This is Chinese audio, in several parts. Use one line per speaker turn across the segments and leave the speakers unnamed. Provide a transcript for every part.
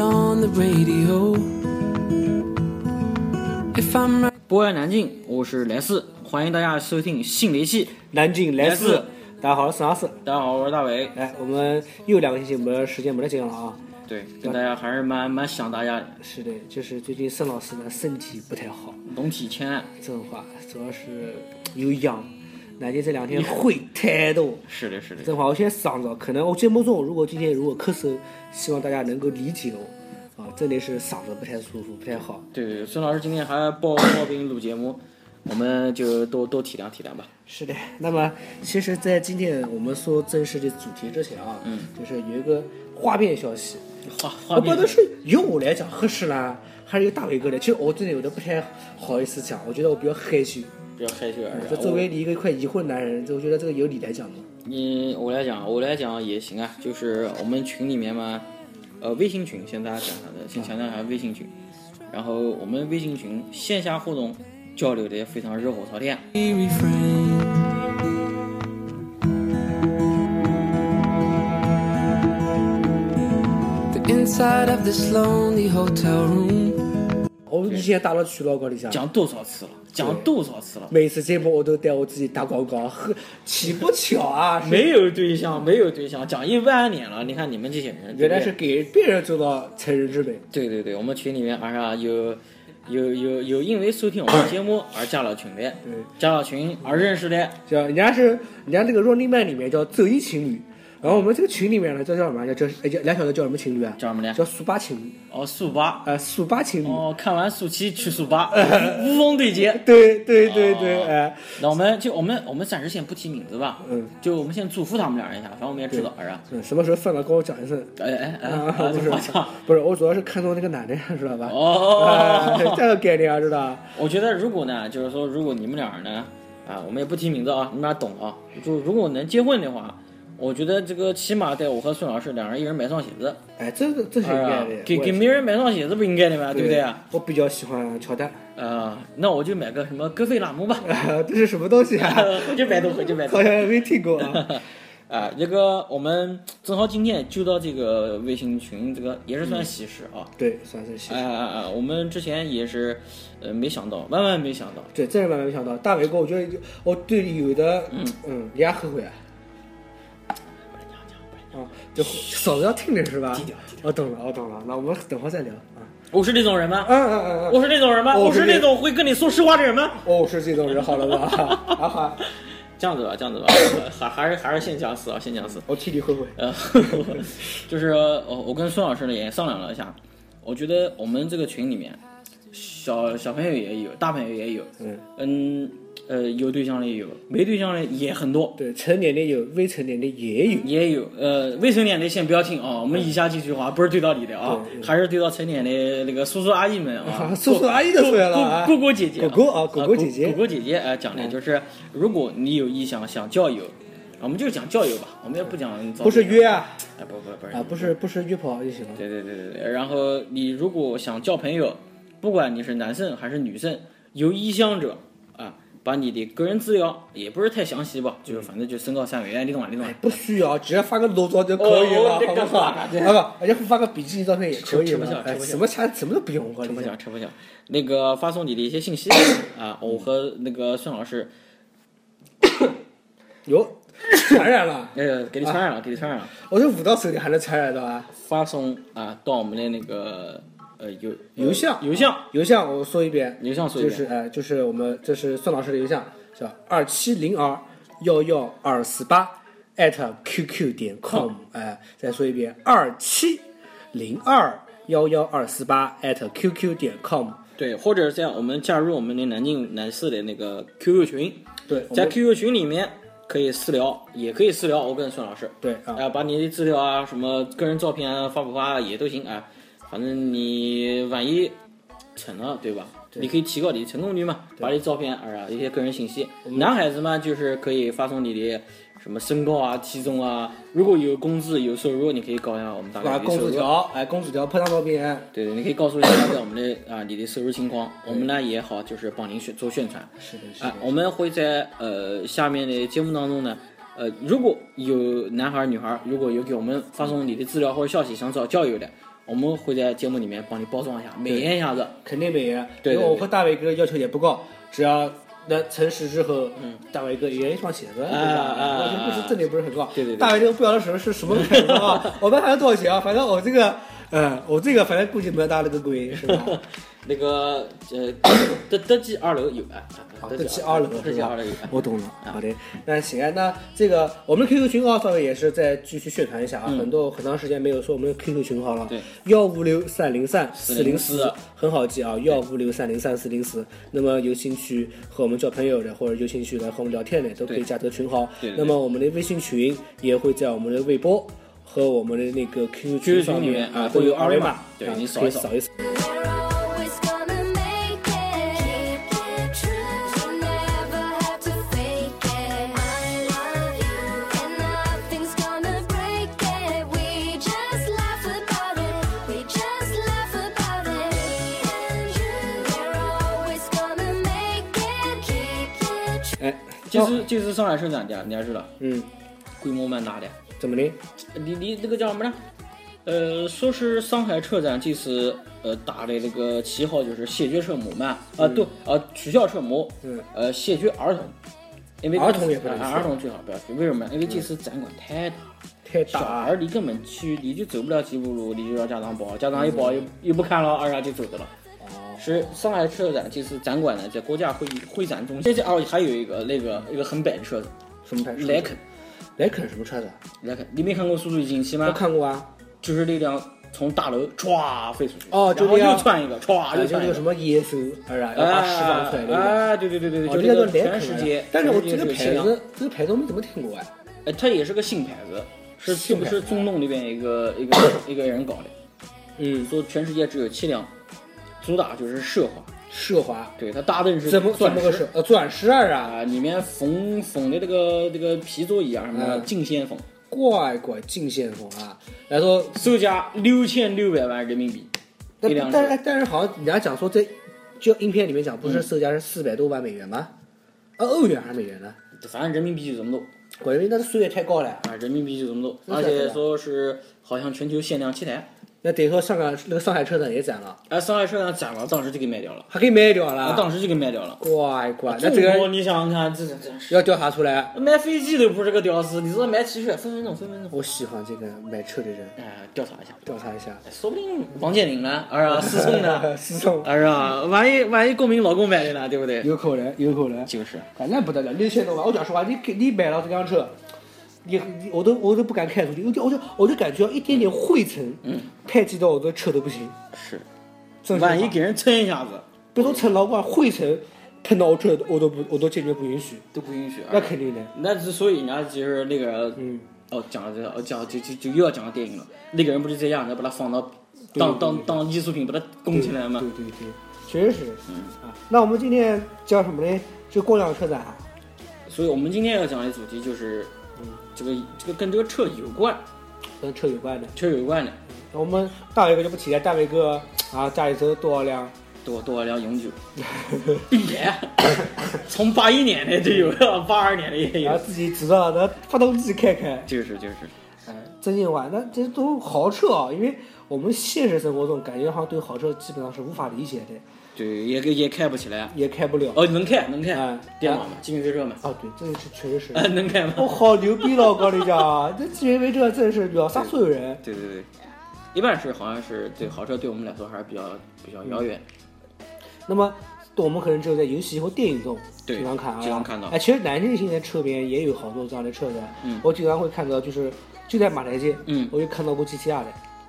on the radio. If I'm right,
博爱南京，我是莱斯，欢迎大家收听新的一期。
南京来
来
四
自，
大家好，我是老师。
大家好，我是大伟。
来，我们又两个星期没时间没得讲了啊。
对，跟大家还是蛮蛮想大家的，
是的，就是最近沈老师呢身体不太好，
龙体欠安。
这话主要是有恙。南京这两天灰太多，
是的，是的，
这话我现在嗓子可能我节目中如果今天如果咳嗽，希望大家能够理解我。啊，真的是嗓子不太舒服，不太好。
对对对。孙老师今天还抱抱病录节目，我们就多多体谅体谅吧。
是的，那么其实，在今天我们说正式的主题之前啊，嗯，就是有一个花边消息，
画画
我不
面
能说由我来讲合适啦，还是由大伟哥来。其实我真的有点不太好意思讲，我觉得我比较害羞。
比较害羞啊而
这
已。
作为你一个快已婚男人，这我觉得这个由你来讲吧。
你我来讲，我来讲也行啊，就是我们群里面嘛，呃，微信群，先大家讲一下的，先强调一下微信群。然后我们微信群线下活动交流的也非常热火朝天，啊
we refrain. 'The Inside of this lonely hotel room.
我们以前打了渠道搞里向，
讲多少次了？讲多少次了？
每次节目我都带我自己打广告，呵，岂不巧啊？是
没有对象，没有对象，讲一万年了。你看你们这些人，对
原
不对
来是给别人做到成人之美。
对对对，我们群里面而啊有有有有因为收听我们节目而加了群的，
对，
加了群而认识的，
叫人家是人家这个 Running Man 里面叫走一情侣，然后我们这个群里面呢叫叫什么？叫叫哎叫两小子叫什么情侣啊？
叫什么呢
叫速八情侣，
哦，速八，
呃，速八情侣。
哦，看完速七去速八，无缝对接。
对对对对，
哦
哎、
那我们就我们我们暂时先不提名字吧，
嗯，
就我们先嘱咐他们两人一下，反正我们也知道，是吧？
嗯，什么时候犯了跟我讲一声。
哎哎哎，
啊，
啊
不是
我操！，
不是，我主要是看中那个男的，知道吧？
哦
哎这个概念知道吧？
我觉得如果呢，就是说，如果你们俩人呢，啊，我们也不提名字啊，你们俩懂啊。就如果能结婚的话，我觉得这个起码得我和孙老师两人一人买双鞋子，
哎，这个这是应该
啊
的，
给
我
给
也是
每人买双鞋子不应该的吗？对不对啊？？
我比较喜欢乔丹，
啊，那我就买个什么戈菲拉姆吧，
这是什么东西啊？
回去百度，回去百度
好。像也没听过啊。
啊，这个我们正好今天就到这个微信群，这个也是算喜事啊。
对，算是喜
哎。哎哎哎，我们之前也是，呃，没想到，万万没想到，
对，真是万万没想到，大伟哥，我觉得我对有的，嗯，人家后悔啊。啊，就嫂子要听着是吧？我懂了，我哦懂了。那我们等会儿再聊啊。
我是这种人吗？
嗯嗯嗯嗯。
我是那种人吗？
我
我是
是
那
这
种会跟你说实话的人吗？
哦，是这种人，好了吧？ 啊哈，
这样子吧，这样子吧，还还是还是先讲四啊，先讲四。
我替你后悔。
呃， 就是我我跟孙老师呢也商量了一下，我觉得我们这个群里面，小小朋友也有，大朋友也有，
嗯
嗯呃有对象的也有，没对象的也很多，
对，成年的有，未成年的也有。
也有呃未成年的先不要听啊、我们以下几句话不是对到你的啊，还是对到成年的那个叔叔阿姨们啊，
叔叔阿姨都出来了啊
姑姑姑姐姐，
狗狗啊狗
狗
狗姐姐嗯
狗狗姐姐啊，讲的就是如果你有意向想交友，啊我们就讲交友吧，我们也不讲
不是约啊
哎不不不是
啊，不是不是约跑就行了。
对对对对对，然后你如果想交朋友，不管你是男生还是女生，有意向者啊，把你的个人资料也不是太详细吧，就是反正就身高、三围啊，你懂吧？你懂
嗯
吧？
哎不需要，直接发个裸照就可以了，
哦这
好
个
不好？
干嘛
啊不，而且发个比基尼照片也可以
吃不消
了。
吃
哎，
不消
什么钱什么都不用，我跟
扯
你
不
讲
响，扯不响。那个发送你的一些信息啊，我和那个孙老师，
哟， 传染了，
呃，给你传染了，给你传染了。
我这捂到手里还能传染到啊？
发送啊，到我们的那个呃邮
邮箱
邮箱
邮箱我说一遍，
邮箱所以
就是呃，就是我们这是宋老师的邮箱，叫二七零二幺幺二四八 at qq 点 com，哎、再说一遍，二七零二幺幺二四八 at qq 点 com，
对，或者在我们加入我们的南京南四的那个 QQ 群，
对，我
在
们
QQ 群里面可以私聊，也可以私聊我跟孙老师。
对
啊、
啊，
把你的资料啊，什么个人照片啊，发不发也都行啊，反正你万一成了，对吧？你可以提高你的成功率嘛，把你照片啊，一些个人信息。男孩子嘛，就是可以发送你的什么身高啊、体重啊，如果有工资有收入，你可以告诉一下我们大概
把
你的
公
收
主
入。
条，哎，公主条拍张照片，
对对，你可以告诉一下大概我们的啊你的收入情况，我们呢也好就是帮您宣做宣传。
是的，是的
啊，，我们会在呃下面的节目当中呢，呃，如果有男孩儿女孩儿，如果有给我们发送你的资料或者消息想找交友的，我们会在节目里面帮你包装一下，美颜一下子。
肯定美颜。
对对
因为我
对
和大伟哥的要求也不高，只要那诚实之后，嗯，大伟哥也一双鞋子，对吧？
啊啊
要求不是这里不是很高。
对对对
大伟哥不晓得什么是什么款式啊？我们还要多少钱啊？反正我这个，嗯，我这个反正估计没有大那个贵，是吧？
那个呃，德德基二楼有啊，
好，
德
这期二楼
德
是
基
吧
二楼有 啊？。
我懂了，好的。那行啊，那这个我们的 QQ 群号稍微也是再继续宣传一下啊，很多很长时间没有说我们的 QQ 群号了。
嗯对，
幺五六三零三零
404
很好记啊，幺五六三零三四零四。那么有兴趣和我们交朋友的，或者有兴趣来和我们聊天的，都可以
对
加这个群号。
对对对
那么我们的微信群也会在我们的微博。和我们的那个 QQ 群
QQ
上
群里
面
面
啊，
啊
都
会有
二维
二维码
码，
对
啊
你扫
可以
一扫
扫一扫。
We're always gonna make it. Keep it true. You never have to fake it. I love you, and nothing's gonna break it. We just laugh about it. We just laugh about it. Me and you, we're always gonna make it. Keep it true.
哎，
这次这次上海车展的，你还知道
嗯，
规模蛮大的。
怎么的？
你你那个叫什么呢？呃，说是上海车展这次呃打的那个旗号就是谢绝车模嘛，啊、对，呃取消车模，
嗯，
呃谢绝儿童，因为
儿童也不能去嗯
啊儿童最好不要去，为什么？因为这次展馆太大了，
太
小
大
孩
了
儿你根本去你就走不了几步路，你就让家长抱，家长一
嗯
抱又、又不看了，二丫就走的了。
哦
是上海车展这次展馆呢，在国家会会展中心，这哦还有一个那个一个很摆的车子，
什么牌子？
莱肯，
莱肯什么车子啊？
莱肯，你没看过《速度与激情》吗？
我看过啊，
就是那辆从大楼歘飞出去，
哦就
然后
那样
又窜一个，歘
啊
又
就
窜
那个
一个，
什么野兽，哎呀，要
哎
把释放出来那个。
哎，对对对对对，
哦，
就
这个叫
那
莱
全
肯
世
啊
界，，
但是我
全
这个
世界
牌
是一辆，
子，这个牌子我没怎么听过哎。
哎，它也是个新牌子，是
新牌子
是是中东那边一个一个一个人搞的，
嗯，
说全世界只有七辆，主打就是奢华，
奢华，
对，它大灯是
怎么怎
钻
么个
石
奢？呃，钻石儿啊，
啊，里面缝缝的这个这个皮座椅啊什么的，
嗯
净线缝，
乖乖，进线风啊。然后，
售价六千六百万人民币，一辆
但但哎
车，
但是好像人家讲说这，就影片里面讲，不是售价是四百多万美元吗？啊，欧元还是美元呢？
反正人民币就这么多。
关键那个税也太高了呀。
啊，人民币就这么多，
那啊
而
太多
且
了
说是好像全球限量七台。
那等于说上海那个上海车展也展了，
哎，上海车展展了，当时就给卖掉了，
还可以卖掉
啊，
了。
当时就给卖掉了。
乖乖，啊那
中
这
国，
个
你想想看，这这这是
要调查出来。
买飞机都不是个屌丝，你说买 T 恤，分分钟，分分钟。
我喜欢这个买车的人，
哎，调查一下，
调查一下。，
说不定王健林呢，啊，思聪 呢
思聪
啊，是吧？万一万一公民老公买的呢，对不对？
有可能，有可能，
就是，
反正不得了，六千多万。我讲实话，你给你买了这辆车，你你我都我都不敢开出去，我就我就我就感觉一点点灰尘，嗯，拍击到我的车都不行。
是，
真是
万一给人蹭一下子
别说成老管灰尘喷到我车，我都不我都坚决不允许。
都不允许。啊
那肯定的，
那之所以人家就是那个，嗯，哦，讲到这个，哦，讲就就就又要讲到电影了。那个人不就这样，他把它放到当当当艺术品，把它供起来嘛
对。对对，确实是。嗯啊，那我们今天叫什么呢？就过辆车展啊。
所以我们今天要讲的主题就是，
嗯
这个这个跟这个车有关，
跟车有关的，
车有关的，
我们大伟哥就不提了。大伟哥啊，家里头多少辆？
多多 聊永久，并且从八一年的就有了，八二年的也
然后
有，
自己知道那发动机开开，
就是就是，嗯
真心话，那这都豪车啊！因为我们现实生活中感觉好像对豪车基本上是无法理解的，
对，也也开不起来。
也开不了。
哦，能开能开
哎，
电马嘛，机动飞车嘛，
啊，哦对，这个是确实是。
哎，能开吗？
我好牛逼了，我告诉你讲，啊这纪元为这真是秒杀所有人。
对对对，一般是好像是对豪车对我们来说还是比较比较遥远。
那么，我们可能只有在游戏或电影中
对
经常看啊，
经常看到
哎，其实南京现在车边也有好多这样的车子，
嗯
我经常会看到，就是就在马台街，
嗯
我就看到过 GTR 的，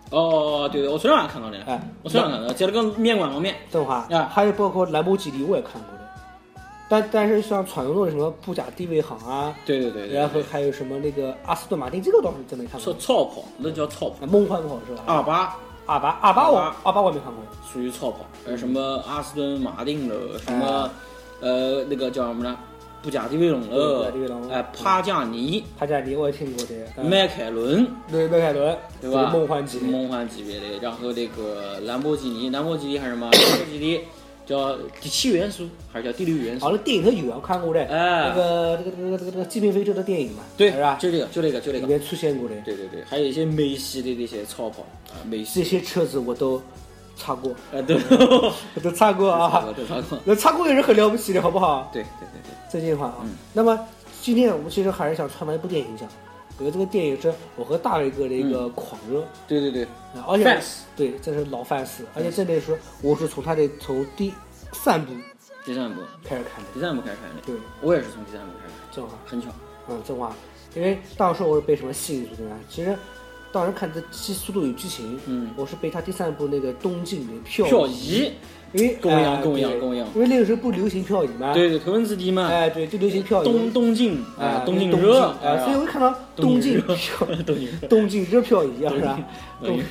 哦，对对，我昨天晚上看到的，
哎
我昨天晚上看到，在那个面馆旁边，
邓华，
啊
还有包括兰博基尼我也看过的，但但是像传说中的什么布加迪威航啊，
对对对对
然，后还有什么那个阿斯顿马丁，这个我倒是真没看
说
过。
超跑，那叫超跑，
啊梦幻跑是吧？
二八
阿巴阿巴我
阿巴
阿巴我也没看过。
属于超跑，呃，什么阿斯顿马丁了，什
哎
么呃那个叫什么呢？布加迪威龙
对布
了
加迪威龙，
哎，帕加尼、
帕加迪我也听过的，嗯
迈凯伦，
对迈凯伦，
对吧？
梦幻级别，
梦幻级别的，然后那个兰博基尼，兰博基尼还是什么？兰博基尼叫第七元素还是叫第六元素
好？像电影和有我看过的，
哎
那个那个那个那个那个《极品飞车》的电影嘛，
对，
是吧？
就这个，就这个，就这
里
个。
面出现过的，
对对对，还有一些美系的那些超跑啊，美
这
系
些车子我都擦过，
啊，对，
我都擦过
啊，
啊
我，都看过。
那擦过也是很了不起的，好不好？
对对对对，
真心话啊。那么今天我们其实还是想传达一部电影讲，我觉得这个电影是我和大伟哥的一个狂热，
对对对，
啊而且
Fans
对，这是老 fans，而且真的是我是从他的从第三部
第三部，
开始看的，
第三部开始看的。
对，
我也是从第三部开始看
正好，
的，很巧。
嗯，正好，因为当时我是被什么吸引住的呢？啊其实。当时看这《西速度与激情》，
嗯
我是被他第三部那个东京的票
漂移，
因为
跟我一样
哎
跟我一样
对
跟我一样
因为那个时候不流行漂移嘛，，
对对，头文字 D 嘛，
哎对，就流行漂移，
东东京
啊
东京
东
热
啊，所以我一看到
东
东
京
京
热
漂
东京热
东京热漂移啊，是吧？
东京
东
热，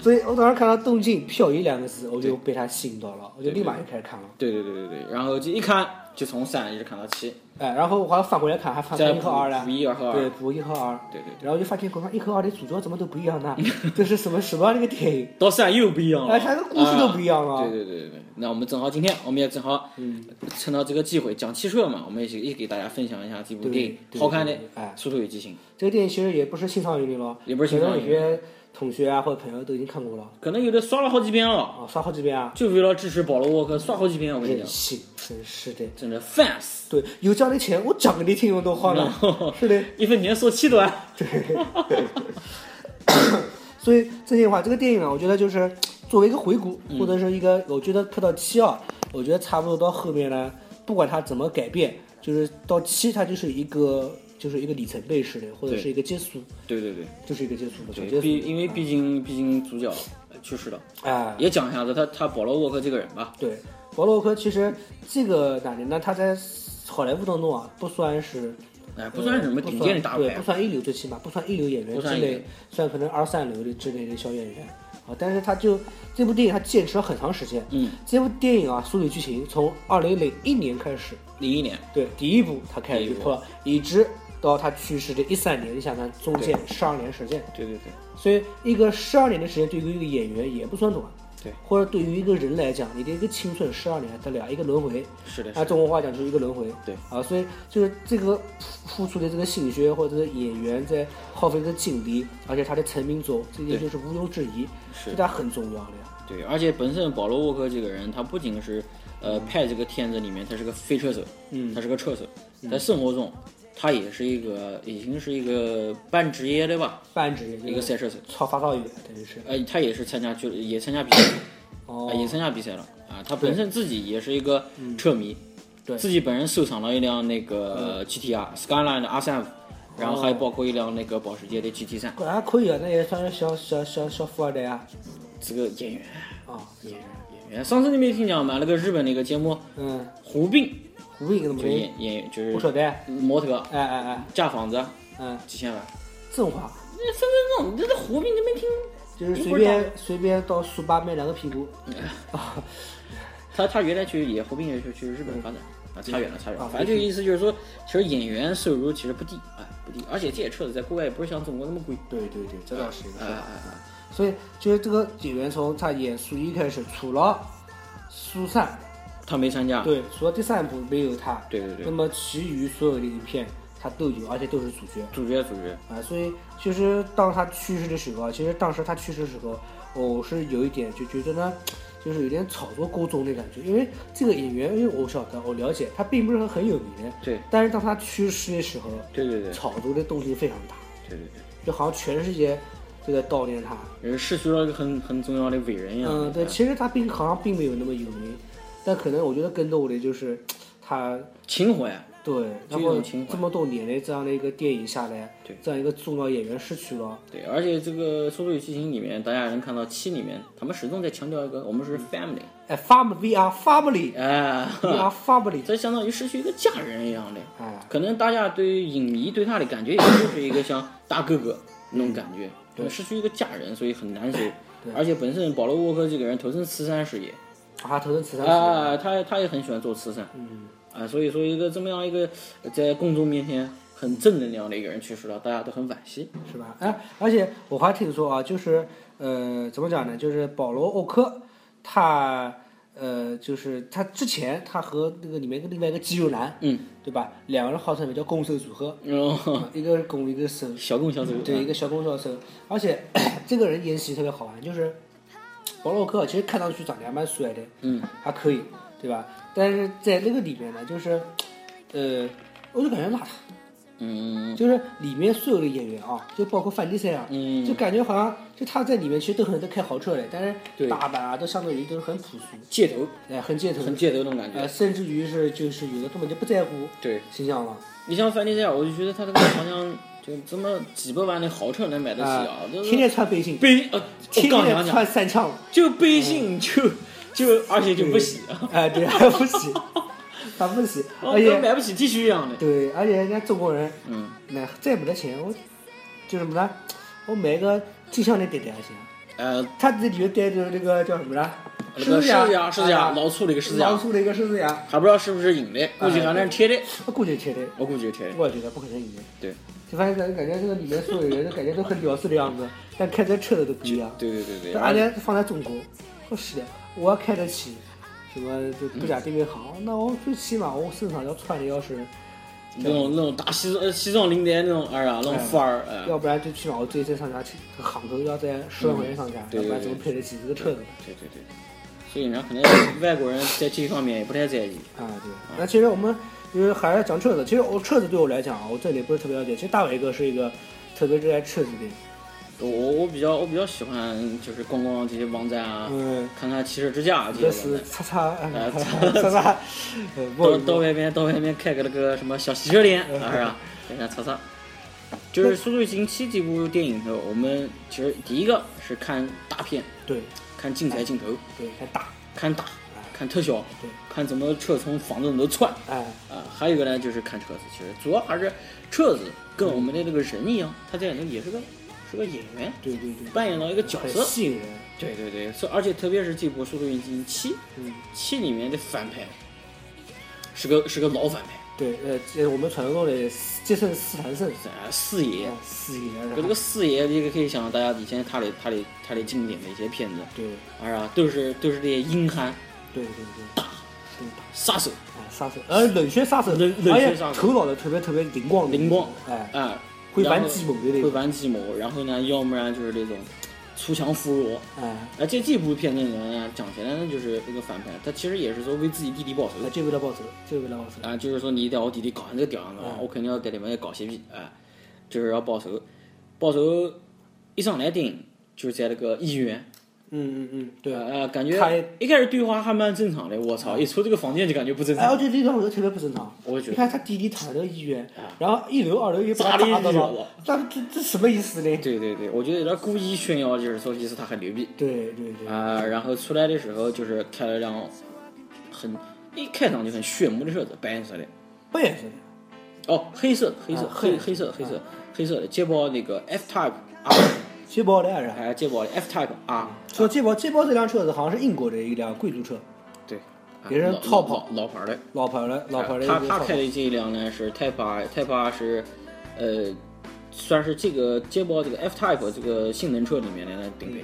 所以我当时看到东京漂移两个字，我就被他吸引到了，我就
对
立马就开始看了，
对对对对对，然后就一看就从三一直看到七，
哎，然后我还翻回来看，还翻
再
翻啊一和二了
补，一和二，
对，补一和二，
对对对，
然后就发现好像一和二的主角怎么都不一样呢？这是什么什么样的一个电影？
到三又不一样了，
哎三个故事都不一样了嗯
啊对对对对对，那我们正好今天我们也正好趁到这个机会讲汽车嘛，我们也一起给大家分享一下这部
对
电影
对
好看的
对对对哎
《速度与激情》，
这个电影其实也不是新上映的了，
也不是新上
可
映
能有些同学啊或者朋友都已经看过了，
可能有的刷了好几遍了，
啊，刷好几遍啊，
就为了支持保罗沃克刷好几遍，我跟你
任
讲，
性，真是的。
真的 fans，
对，有这样的钱，我讲给你听，我都花 了。是的，
一分钱说七短，
所以真心话，这个电影啊，我觉得就是作为一个回顾，
嗯
或者是一个，我觉得拍到七啊，我觉得差不多到后面呢，不管它怎么改变，就是到七它就是一个就是一个里程碑式的，或者
对
是一个结束，
对对对
就是一个结束的小结
对，毕
束。
因为毕竟毕竟主角呃去世了，
哎，
也讲一下子他他保罗沃克这个人吧，
对，保罗沃克其实这个男人呢，他在好莱坞当中啊，不算是
哎，不算什么顶尖的大
对，
牌
不，算一流，最起码不算一流演员
不
之
算一流
类，算可能二三流的之类的小演员啊。但是他就这部电影，他坚持了很长时间。
嗯，
这部电影啊，《速度与激情》从二零零一年开始，
零一年，
对第一部他开始
第一
就
部
拍了，一直到他去世的一三年，你想看中间十二年时间，
对对对，
所以一个十二年的时间对于一个演员也不算短。
对
或者对于一个人来讲，你的一个青春十二年，它俩一个轮回，
是的，是
按
的，
中国话讲就是一个轮回。
对
啊，所以就是这个付付出的这个心血，或者是演员在耗费的精力，而且他的成名作，这
对
点就是毋庸置疑，
是
对他很重要的呀。
对，而且本身保罗沃克这个人，他不仅是呃派这个片子里面他是个飞车手，
嗯
他是个车手，在生活中他也是一个已经是一个半职业的吧，
半职业
一个赛车手，
超发烧友，等于是。
呃，他也是参加就也参加比赛了，
哦嗯
啊，也参加比赛了啊，他本身自己也是一个车迷，
对嗯
自己本人收藏了一辆那个 GTR Skyline 的 R 3 5然
哦
后还包括一辆那个保时捷的 GT 3
果然可以啊，那也算是小小小小富二代啊。
这个演员，
啊，也是。
演员，上次你没听讲吗？那个日本那个节目
嗯，
胡斌，
胡斌怎么
就
的？
演演就
不晓
是
得。哎
模特
哎哎，
架房子
嗯，
几千万，
正话
那分分钟你这这胡斌你没听？
就是
一
随
会儿
便随便到速八买两个屁股
他他原来去也胡斌也是去日本发展。啊，差远了，差远了。
啊
反正就意思就是说，其实演员收入其实不低，啊，不低。而且这些车子在国外也不是像中国那么贵。
对对对，这倒是一个
啊
说
啊
法。
啊！
所以就是这个演员从他演《数一》开始，除了苏三，
他没参加。
对，除了第三部没有他，
对啊对对
那么其余所有的影片他都有，而且都是主角
主角主角，
啊。所以其实当他去世的时候啊，其实当时他去世的时候，我是有一点就觉得呢，就是有点炒作过重的感觉，因为这个演员，因为我晓得我了解他并不是很有名，
对
但是当他去世的时候，
对对对
炒作的动静非常大，
对对
就好像全世界都在悼念他。
对，也是失去了一个很很重要的伟人一样。
嗯，对，其实他并好像并没有那么有名，但可能我觉得更多的就是他
情怀。
对，
就
然
一种
后
情怀
这么多年的这样的一个电影下来，
对
这样一个重要演员失去了，
对，而且这个《速度与激情》里面，大家能看到七里面，他们始终在强调一个我们是 family，
哎，fam we are family，we
哎，
are family，
这相当于失去一个家人一样的。
哎，
可能大家对于影迷对他的感觉，也就是一个像大哥哥那种感觉，
对
失去一个家人，所以很难受。而且本身保罗沃克这个人投身慈善事业，
啊，投身慈善事业，
啊，他他也很喜欢做慈善，嗯，啊，所以说一个这么样一个呃在公众面前很正能量的一个人去世了，大家都很惋惜。
是吧？哎，而且我还听说啊，就是呃，怎么讲呢？就是保罗·沃克，他呃，就是他之前他和那个里面一个另外一个肌肉男，
嗯，
对吧？两个人号称也叫攻守组合，
哦，
一个是攻一个守，
小共小组
对，一个小攻小守。而且 这个人演戏特别好玩，就是保罗沃克其实看上去长得还蛮帅的，
嗯，
还可以，对吧？但是在那个里面呢，就是呃，我就感觉邋遢。
嗯，
就是里面所有的演员啊，就包括范迪塞啊，
嗯
就感觉好像就他在里面其实都很在开豪车嘞，但是
对
打扮啊都相对于都是很朴素，
街头
哎，很街头，
很街头那种感
呃，
觉。
甚至于是就是有的根本就不在乎
对，
形象了，
你像范迪塞尔，我就觉得他这个好像就这么几百万的豪车能买得起
啊
啊，就，
天
是
天穿背心，
背呃，我
天
刚
天
想讲
穿三枪，
就背心就就而且就不洗啊，哦
哎，对，还不洗，还不洗，而
跟
且
买不起 T 恤一样的。
对，而且人家中国人
嗯，
那再没得钱，我就什么呢？我买个镜像的戴戴还行，
呃，
他这里面戴着那个叫什么呢？
那
狮
个
子
狮子啊
牙，
牙，狮子牙，
哎
老粗的一个狮子啊
老
牙，
鼠的一个狮子牙，
还不知道是不是引的，估计反正是贴的，
我估计贴的，
我估计是贴的。
哎我也觉得不可能赢的。
嗯对，
就发现感感觉这个里面所有人都感觉都很屌丝的样子，但开车车的都不一样。
对对对对，
这而且放在中国，说是的，我要开得起，什么就
嗯
不讲对面行，那我最起码我身上要穿的要是，
那种那种大西装呃西装领带那种，哎呀，那种范儿，哎
要不然最起码我最近上家去行头要在十万块钱上下，
嗯对
要不然
对
怎么
对
配得起这个车子？
对对对，所以人家可能外国人在这一方面也不太在意。
啊，对。
嗯
那其实我们就是还是讲车子，其实我车子对我来讲啊，我这里不是特别了解。其实大伟哥是一个特别热爱车子的人，
我我我比较我比较喜欢就是逛逛这些网站啊，
嗯。
看看汽车之家啊
这
这些网
是
站。
擦擦
呃
擦擦，呃，
到
不
到外面到外面开个那个什么小汽车店，
嗯
啊是吧？给人家擦擦。就是《速度与激情七》这部电影的时候，我们其实第一个是看大片，
对
看精彩镜头，
对，还打，
看大，看特效
对，
看怎么车从房子里头窜
哎，
啊。还有一个呢，就是看车子，其实主要还是车子跟我们的那个人一样，他在里头也是个是个演员，
对对对，
扮演到一个角色
很。吸引人，
对对对，所以而且特别是这部《速度与激情七》，
嗯，
七里面的反派是个是个老反派，
对，呃，这我们传说中的杰森斯坦森，
啊，四爷。
哎四爷是吧
这个四爷，这个可以想到大家以前他的他的他的经典的一些片子，
对
啊，都是都是这些硬汉
对对对，对打，
杀手，
哎，杀手，呃，冷血杀手，
冷冷血杀手
而且头脑的特别特别灵光的那种，
灵光
哎，
啊，
会玩
然后
计谋的那
会
种，
玩计谋，然后呢，要不然就是这种锄强扶弱。
哎，
而这这部片子里面呢，讲起来呢，就是一个反派，他其实也是说为自己弟弟报仇
那这为了报仇，这为了报仇，
啊，就是说你在我弟弟搞成这个屌样子，
嗯
我肯定要在里面搞些屁啊，就是要报仇。报仇一上来电影就是在那个医院，
嗯嗯嗯，对。
呃，感觉
他
一开始对话还蛮正常的，我操，一出这个房间就感觉不正
嗯哎，我
常
觉。得这段我就特别不正常。
我也觉得
你看他弟弟躺在医院
啊，
然后一楼、二楼又把他
砸了一
打到
脚了
了，那这这什么意思呢？
对对对，我觉得有点故意炫耀，就是说意思他很牛逼
对对对，
啊、然后出来的时候就是开了辆很一开场就很炫目的车子，白色的，
不也是的？
哦，黑色的黑色、
啊
黑
黑
黑
色
色
的
黑色、
啊
黑色的，捷豹那个 F Type R，
捷豹的还是？
哎，捷豹的 F Type R，
说捷豹，捷豹这辆车子好像是英国的一辆贵族车，
对，
嗯也是超
超
跑
啊老老牌的。
老牌的老牌的一
他
个
啊他
超
开的这一辆呢是 Type R，Type R 是，呃，算是这个捷豹这个 F Type 这个性能车里面的顶配，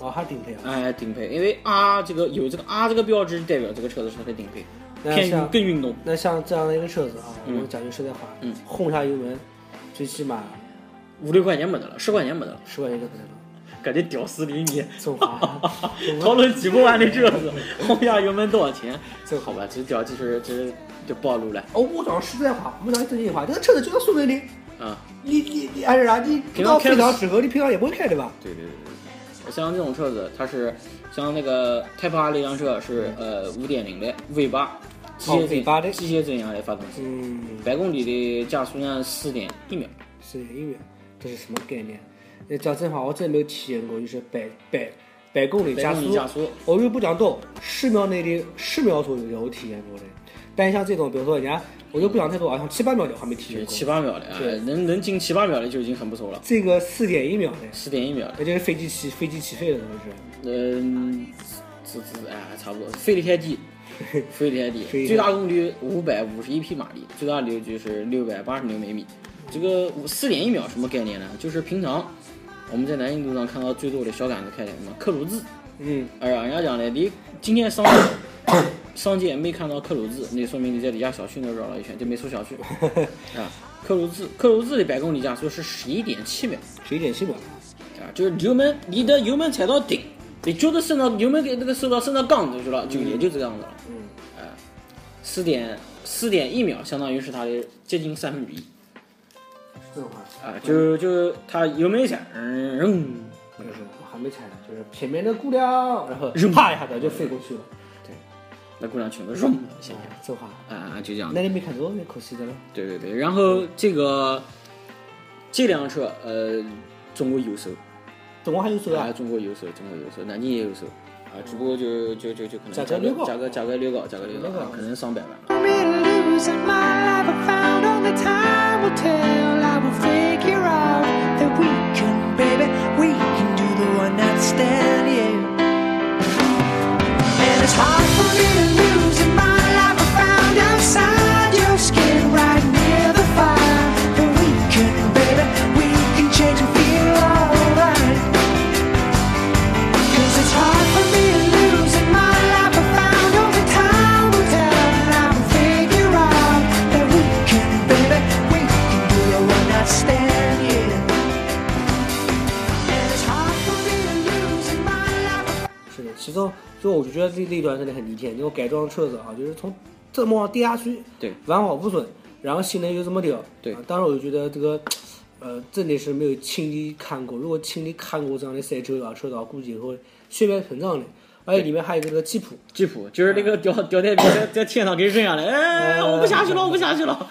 哦，还顶配啊。
哎，顶配，因为 R 这个有这个 R 这个标志，代表这个车子是它的顶配，
那
偏
像
运更运动。
那像这样的一个车子啊，我
嗯
们讲句实在话
嗯，
轰下油门，最起码
五六块钱没得了，十块钱没得了，
十块钱都不得了。
感觉屌丝离你。，
中华
讨论几不完的 车子，轰下油门多少钱？
这
好吧，这屌这是这是就暴露了
哦，我讲实在话，我们讲真心话，这个车子就算送给你，
啊！
你你你还是啥？你不到
平常开
非
不
常时候，你平常也不会开对吧？
对对对对，像这种车子，它是像那个 Type R 那辆车是呃五点零的 V 八，机
嗯哦
械
，V 八
增
的
机械增压的发动机，
嗯，
百公里的加速呢四点一秒，
是音乐，这是什么概念？呃讲真话，我真没有体验过，就是百百百公里
百
加
公
速。
里加速，
我就不讲多，十秒内的十秒左右的我体验过的。但像这种，比如说人家，我就不讲太多啊，像七八秒的我还没体
就是
验过。
七八秒的啊，
对
能能进七八秒的就已经很不错了，
这个四点一秒的，
四点一秒的，
那就是飞机起飞机起飞了，是不是？
嗯，这这哎差不多，飞得太低。飞得太低，
飞得
最大功率五百五十一匹马力，最大扭矩是六百八十牛每米。这个四点一秒什么概念呢？就是平常我们在南印度上看到最多的小杆子开的什么克鲁兹，
嗯，
哎呀，人家讲的，你今天上商界没看到克鲁兹，那说明你在李家小区那绕了一圈，就没出小区啊。克鲁兹，克鲁兹的百公里加速是十一点七秒
十一点七秒，
啊，就是油门，你的油门踩到顶，也就是升到油门给那个升到升到杠子去了，就也就这个样子了。嗯，啊，四点四点一秒，相当于是它的接近三分之一
这种话
啊，
嗯
就就它油门一踩，嗯，
就是我还没踩呢，就是前面的姑娘，然后啪一下子就飞过去了，
那姑娘裙子嗡一下
哎这话，
啊，就这样子
那。你没看到，那可惜的了。
对对对，然后这个这辆车，呃，中国有售
总共还有多
啊，
少？
中国有售，中国有售，南京也有售啊，只不过就就就就可能
价
价
格略高
格价格价格略高，价格略高啊
略高，
可能上百万。
losing my life. I found only time will tell. I will figure out that we can, baby, we can do the one night stand, yeah. And it's hard for me to lose in my life. I found outside your skin, right near the fire. That we can, baby, we can change and feel alright. Cause it's hard for me to lose in my life. I found only time will tell, and I will figure out that we can, baby, we can do the one night stand, yeah. And it's hard for me to lose in my life.
是的，其中就我就觉得这这一段真的很逆天，就改装车子啊，就是从这么往跌下去，
对
完好无损，然后性能又这么屌，
对
啊当时我就觉得这个，呃，真的是没有亲历看过，如果亲历看过这样的赛车啊车道，估计以后血脉膨胀的。而且里面还有一个这个吉普，
吉普就是那
嗯
个吊吊带兵在在天上给扔下来，哎，我不下去了，我不下去了，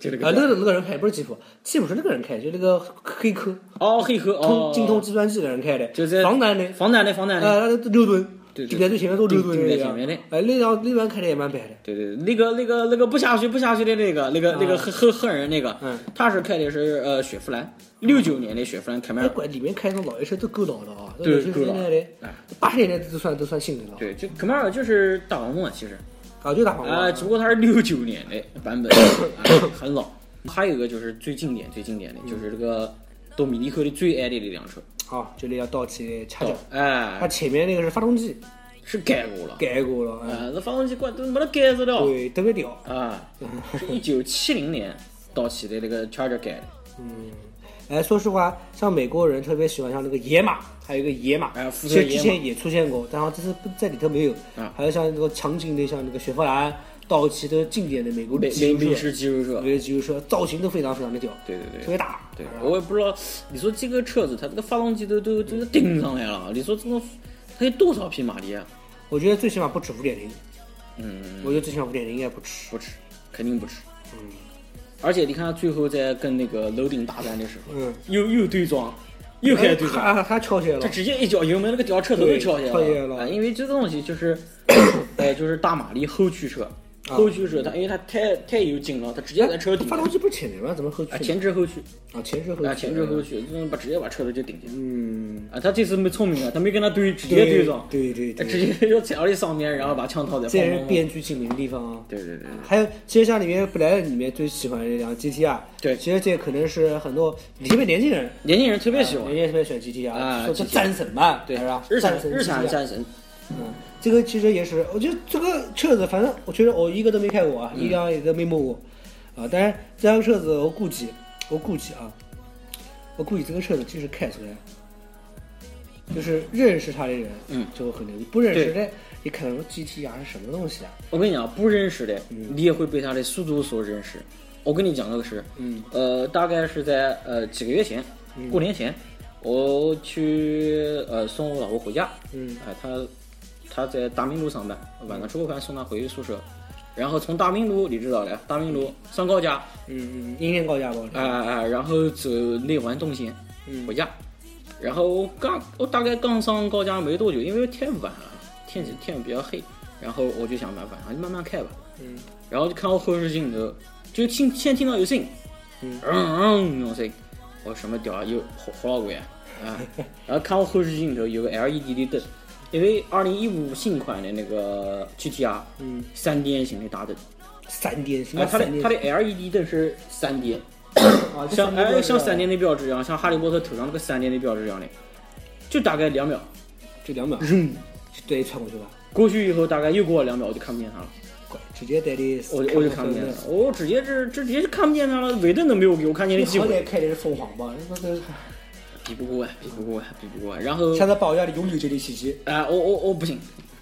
就那
啊，那个
个
那个人开不是吉普，吉普是那个人开，就那个黑客，
哦，黑河
通
哦，
精通计算机的人开的，
就在
防弹的，
防弹的防弹的，
呃，六吨，
对对
顶在最前面都六吨
顶在
那
前面的
辆，哎，那辆那辆开的也蛮白的，
对对，对那个那个那个不下去不下去的那个那个那个
啊
黑黑黑人那个
嗯，
他是开的是呃雪佛兰，六九年的雪佛兰凯美
哎，
瑞。
管里面开那种老爷车都够老的啊，
对
九十年代
够老
的，八十年代都算都算新的了。
对，就 Camaro 就是大黄蜂啊，其实
啊，就大黄
啊、
瓜
只不过它是六九年的 版本，啊很老。还有一个就是最经典、最经典的，就是这个多米尼克的最爱的那辆车，
啊，这里要道歉掐
到
脚。它
哎，
前面那个是发动机
是改过了，
改过了，哎
啊，这发动机关都没得改着了，
对，特别屌。
啊，是一九七零年到期的那个 Charger 改的，
哎，说实话，像美国人特别喜欢像那个野马，还有一个野马，
哎福
其
特野
实
马
之前也出现过，但好像这次不在里头没有
啊。
还有像那个强劲的，像那个雪佛兰、道奇都是经典的美国
美
肌
美
肉
美
车
式肌肉车，
美式肌肉车，造型都非常非常的屌，
对对
特
对
别。大。
对
然，后
我也不知道，你说这个车子它这个发动机都都都顶上来了，你说这个它有多少匹马力啊？
我觉得最起码不止五点零，
嗯，
我觉得最起码五点零应该不止。
不吃，肯定不吃。嗯，而且你看他最后在跟那个楼顶大战的时候，
嗯，哎
又又对撞，又开始对撞，
还还翘起来
他
了。
直接一脚油门，那个脚车头就
对
翘起来
翘起来
了。
了
啊，因为这个东西就是，哎，就是大马力后驱车，
啊
后驱车它因为它太太有劲了，它直接在车顶
哎发。动机不是前面吗？怎么后驱？
啊，前置后驱，
啊，前置后驱。
啊，前置后。驱，这种把直接把车头就顶进去。
嗯，
啊，他这次没聪明啊，他没跟他对，直接
对
对撞，
对对
他
对，
直接就踩到你上面，然后把枪套在
这
后
也是
面。
编剧精明的地方啊。
对对对，
还有，其实像里面布莱恩里面最喜欢的那辆 GTR，
对
其实这可能是很多特别年轻人，
年轻人特别喜欢
年轻。人特别喜欢
啊
GTR，说这
GTR
战神嘛，
对
是吧？
日产
啊战神
日产
GTR
战神，
嗯，这个其实也是，我觉得这个车子，反正我觉得我一个都没开过
嗯
啊，一辆也都没摸过，啊，但是这辆车子我估计，我估计啊，我估计这个车子就是开出来，就是认识它的人，
嗯，
就会很牛逼；不认识
对
的，你看到 GTR 是什么东西啊？
我跟你讲，不认识的，
嗯
你也会被他的速度所认识。我跟你讲那个事，
嗯，
呃，大概是在呃几个月前，过年前，我去呃送我老婆回家，
嗯
哎、她她在大明路上班，晚上吃过饭送她回宿舍，然后从大明路你知道的，大明路上高架，
嗯嗯，应该高价吧？
哎哎哎，然后走内环东线
嗯
回家，然后我刚我大概刚上高架没多久，因为天晚了，天气天比较黑，然后我就想吧，晚上就慢慢开吧。
嗯
然后就看我后视镜头，就听先听到有声音，
嗯
嗯嗯那种声音，我说什么屌啊，有活活老鬼啊！ 啊，然后看我后视镜头有个 LED 的灯，因为二零一五新款的那个 GTR
嗯，
三点型的大灯，
三点什
啊，
么
它的
三点？
它的 LED 灯是三点，
啊，
像
这
哎像
三
闪
点
电的标志一样，像哈利波特头上那个闪电的标志一样的，就大概两秒，
就两秒，
扔
对，穿过去了。
过去以后大概又过了两秒，我就看不见他了，
直接带的，
我就我就看不见他了，我直接是直接是看不见他了，韦登都没有给我看见
你
的机
好
会，
歹开的是凤凰吧？那个
比不过啊，比不过啊，比不过啊，然后
下次把我家的永久这里洗洗。
啊、我我我不行，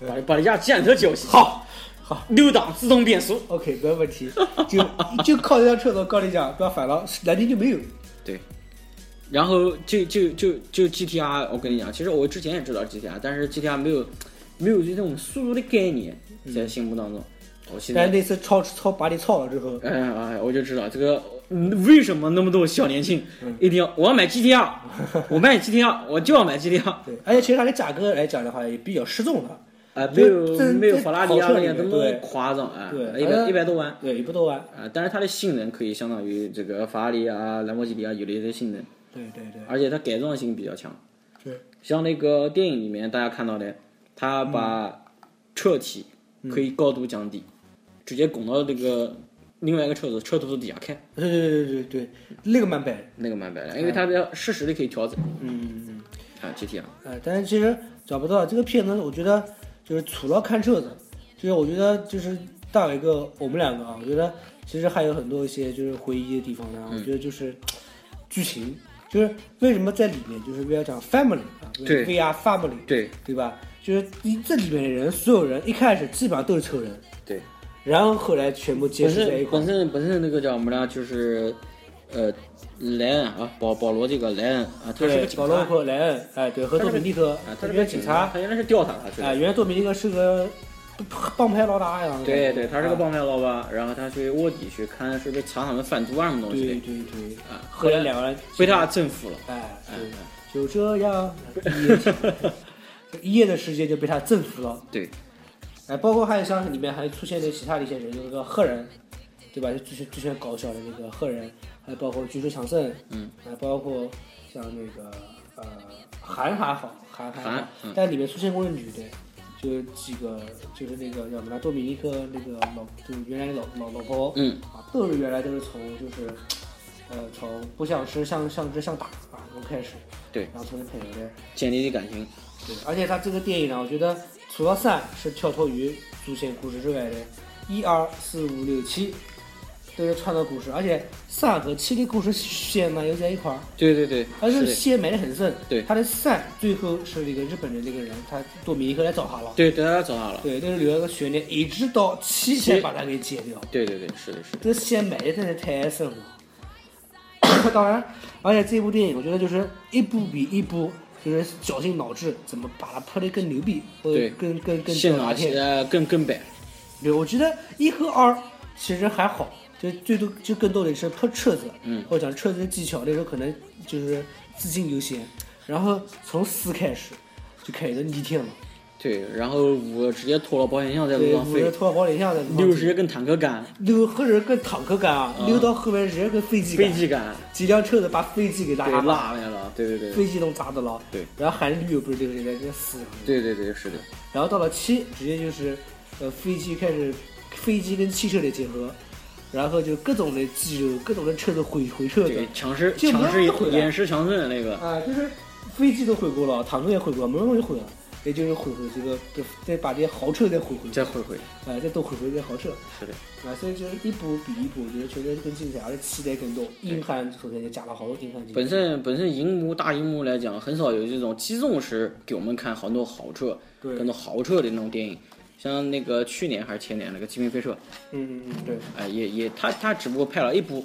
把把人家吉安特叫醒，
好，好
六档自动变速，
，OK，没问题。就就靠这辆车子，跟你讲，不要烦了，南京就没有。
对，然后就就就就 GTR，我跟你讲，其实我之前也知道 GTR，但是 GTR 没有没有这种速度的概念在心目当中。我现
但是
在，
那次超超把你超了之后，
哎哎，我就知道这个嗯为什么那么多小年轻
嗯
一定要我要买 GTR，我 买 GTR，我就要买 GTR。
对，而且其实它的价格来讲的话也比较适中了，
啊，没有
这
没有
这
法拉利
跑
啊
车
那
里
样这
面
么
对
夸张啊，
对
一百
呃
一百多万
对，也不多啊。
啊，但是它的性能可以相当于这个法拉利啊、兰博基尼啊有的一些性能，
对对对，
而且它改装性比较强。
对，
像那个电影里面大家看到的，
嗯
他把车体可以高度降低，直接拱到这个另外一个车子车头的底下开，
对对对对对，那个蛮白的。
那个蛮白的，因为它要适时的可以调整
嗯。
啊，GT 啊，
呃，但是其实找不到这个片子，我觉得就是除了看车子，就是我觉得就是大伟哥我们两个啊，我觉得其实还有很多一些就是回忆的地方呢。
嗯
我觉得就是剧情，就是为什么在里面就是为了讲 family 啊，
对
，VR family，
对
对吧？就是你这里面的人，所有人一开始基本上都是仇人，
对，
然后后来全部结
本
识在一
身
块
本。身本身那个叫什么呢？就是呃莱恩啊，保保罗这个莱恩啊，他是个
对，
警
保罗
察。
和莱恩，哎，对，和多米尼克，
啊，他是
原
个
来警察，
他原来是调查他去的
哎，原来多米尼克是个帮派老大一样的。
对对，他是个
啊
帮派老大，然后他去卧底去看是不是查他们贩毒啊什么东
对
西
对对，
的啊，
后来两个人
被他征服了。
哎，
哎
对就这样，一夜情就一夜的时间就被他征服了。
对，
哎，包括还有像里面还出现的其他的一些人，有那个赫人，对吧？就之前之前搞笑的那个赫人，还有包括巨石强森，
嗯，
还包括像那个呃韩还好，韩还
韩
好
嗯，
但里面出现过一个女的。就是几个，就是那个叫什么来，多米尼克那个老，就是原来的老老老婆，
嗯，
啊，都是原来都是从就是，呃，从不想吃像像吃像打啊从开始，
对
然后从那配合的，
建立的感情，
对，而且他这个电影呢，我觉得除了三是跳脱于主线故事之外的，一二四五六七都是串的故事，而且三和七的故事线呢又在一块儿，
对对对，
而
是
且
的
线埋的很深，
对
他的三最后是那个日本的那个人，他多米尼克来找他了，
对，对他找他了，
对，都是留了个悬念，一直到七才把他给解掉。
对对对，是的，是的，
这先埋的真是太深了。 当然，而且这部电影我觉得就是一部比一部就是绞尽脑汁，怎么把它拍得更牛逼，或
对
者更更更
现
更拿
场起
片。
来更更白，
对，我觉得一和二其实还好，就最多就更多的是拍车子，
嗯
或者讲车子的技巧，那时候可能就是资金有限。然后从四开始就开始逆天了，
对，然后五直接拖了保险箱在路
对，
上
五十
飞，
拖保险箱的
六直接跟坦克干，
溜后人跟坦克干啊，溜到后面直接跟飞机
飞
干，
机干，
几辆车子把飞机给拉
对，
下来。
拉完了，对对对，
飞机都砸的了，
对
然后韩绿又不是这个人，这死人，，
对对对，是的，
然后到了七，直接就是，呃，飞机开始，飞机跟汽车的结合，然后就各种的肌肉，各种的车子毁毁车子
对，，强势
就
强势
拉回来
演示强盛那个，
啊、就是飞机都毁过了，坦克也毁过，没东西毁了，也就是毁毁这个，就再把这些豪车再毁毁，
再回回，
啊、再都毁毁这些豪车，
是的，
啊、所以就是一步比一步，我觉得觉得更精彩，而且期待更多。硬汉首先就加了好多硬汉进去，
本身本身荧幕大荧幕来讲，很少有这种机动式给我们看很多豪车，
对
很多豪车的那种电影。像那个去年还是前年那个《极品飞车》，
嗯嗯嗯，对，
哎，也也他他只不过拍了一部，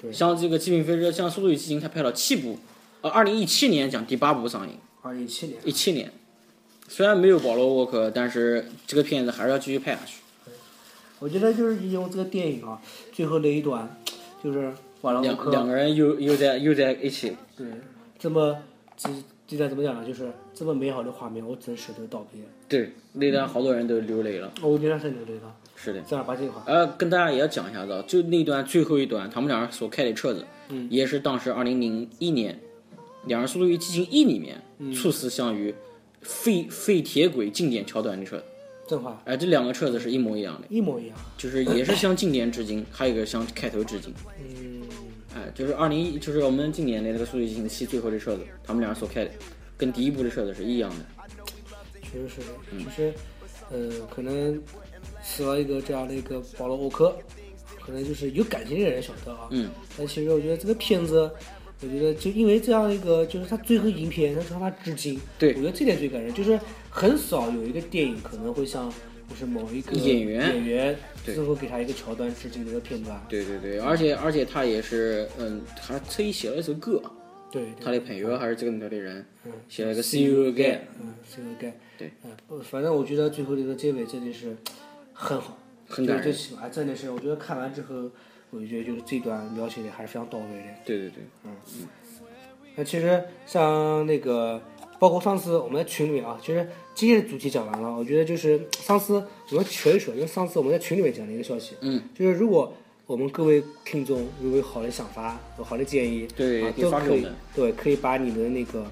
对
像这个《极品飞车》，像《速度与激情》，他拍了七部，呃，二零一七年讲第八部上映，
二零一七年，
一七年，虽然没有保罗沃克，但是这个片子还是要继续拍下去。
我觉得就是用这个电影啊，最后那一段，就是瓦朗
两
克
两个人又又在又在一起，
对这么这这段怎么讲呢？就是这么美好的画面，我只能舍得道别。哦
对，那段好多人都流泪了，
我觉得是流泪的，
是的。
正儿八经话。
呃，跟大家也要讲一下子，啊就那段最后一段，他们两人所开的车子，也是当时二零零一年，两人《速度与激情一》里面猝死相遇，废废铁轨经典桥段的车，
正话
哎、这两个车子是一模一样的，
一模一样。
就是也是向经典致敬，还有一个向开头致敬，
嗯，
哎、就是二零一，就是我们今年的这个《速度与激情七》最后的车子，他们两人所开的，跟第一部的车子是一样的，
确实是，就是呃，可能死了一个这样的一个保罗沃克，可能就是有感情的人晓得啊。
嗯。
但其实我觉得这个片子，我觉得就因为这样一个，就是他最后影片，他说他致敬。
对
我觉得这点最感人，就是很少有一个电影可能会像就是某一个
演员
演员
对
最后给他一个桥段致敬的一个片啊段。
对对对，而且而且他也是，嗯，还特意写了一首歌，
对，对
他的朋友还是这个里头的人
嗯，
写了个
See
See
you again，
You Again，
嗯，See you again，
对，
嗯，不反正我觉得最后这个结尾真的是很好，
很
就
感
是最
人。
起码真的是，我觉得看完之后，我就觉得就是这段描写的还是非常到位的。
对对对，
那其实像那个，包括上次我们在群里面啊，其实今天的主题讲完了，我觉得就是上次我们扯一扯，因为上次我们在群里面讲了一个消息，
嗯，
就是如果我们各位听众如果有好的想法、有好的建议，
对
啊、
可以
都
发给
可
我
以
们，
对，可以把你们的那个